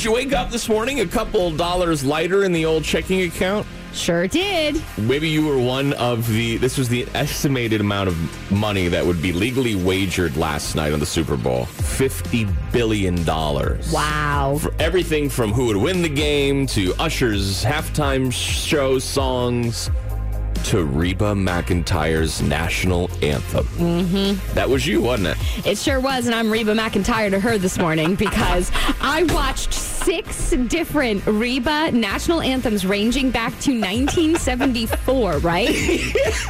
Did you wake up this morning a couple dollars lighter in the old checking account? Sure did. Maybe you were one of the, this was the estimated amount of money that would be legally wagered last night on the Super Bowl $50 billion. Wow. For everything from who would win the game to Usher's halftime show songs to Reba McIntyre's national anthem. Mm-hmm. That was you, wasn't it? It sure was, and I'm Reba McIntyre to her this morning because I watched six different Reba national anthems ranging back to 1974, right?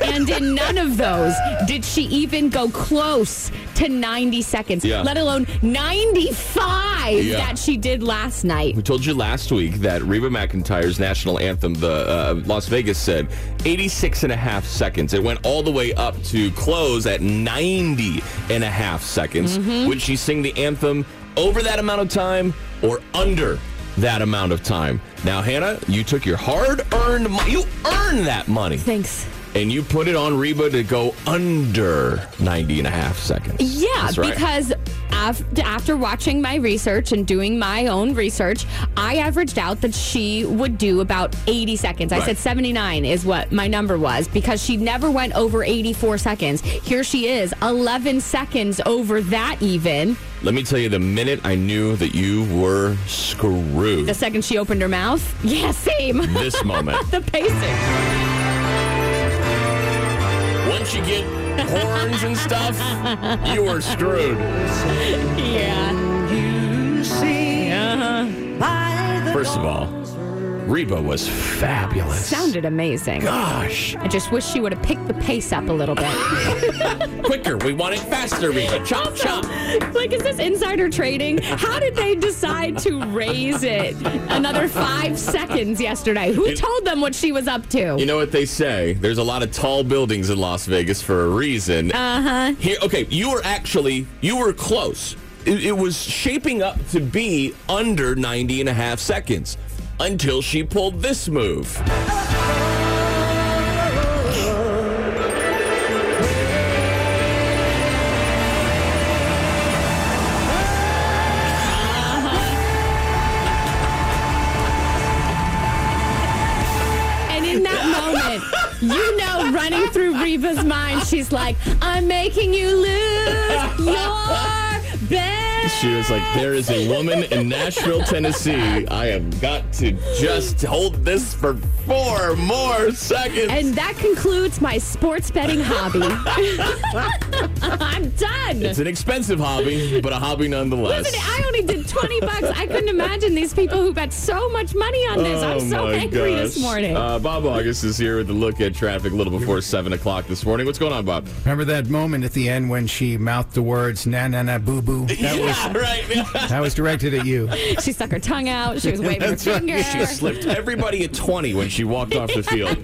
and in none of those did she even go close to 90 seconds, Yeah. let alone 95 Yeah. that she did last night. We told you last week that Reba McIntyre's national anthem, the uh, Las Vegas said, 86 and a half seconds. It went all the way up to close at 90 and a half seconds. Would she sing the anthem over that amount of time or under that amount of time? Now, Hannah, you took your hard-earned money. You earned that money. Thanks. And you put it on Reba to go under 90 and a half seconds. Yeah, That's right. because after, after watching my research and doing my own research, I averaged out that she would do about 80 seconds. I Right. said 79 is what my number was because she never went over 84 seconds. Here she is, 11 seconds over that even. Let me tell you, the minute I knew that you were screwed. The second she opened her mouth, yeah, same. this moment. the pacing. Once you get horns and stuff, you are screwed. Yeah. First of all, Reba was fabulous. Sounded amazing. Gosh, I just wish she would have picked the pace up a little bit. quicker. We want it faster, Reba. Chop, chop. Like, is this insider trading? How did they decide to raise it another five seconds yesterday? Who told them what she was up You to? know what they say? There's a lot of tall buildings in Las Vegas for a reason. Uh huh. Here, okay, you were actually, you were close. It, it was shaping up to be under 90 and a half seconds until she pulled this move. And in that moment, you know, running through Reba's mind, she's like, I'm making you lose your bet. She was like, There is a woman in Nashville, Tennessee. I have got to just hold this for four more seconds. And that concludes my sports betting hobby. I'm done. it's an expensive hobby, but a hobby nonetheless. Listen, I only did 20 bucks. I couldn't imagine these people who bet so much money on this. I'm so Oh my angry this gosh. morning. Uh, Bob August is here with a look at traffic a little before 7 o'clock this morning. What's going on, Bob? Remember that moment at the end when she mouthed the words "na na na boo boo"? That was right. that was directed at you. she stuck her tongue out. She was waving her That's right. finger. she slipped everybody a 20 when she walked off the field.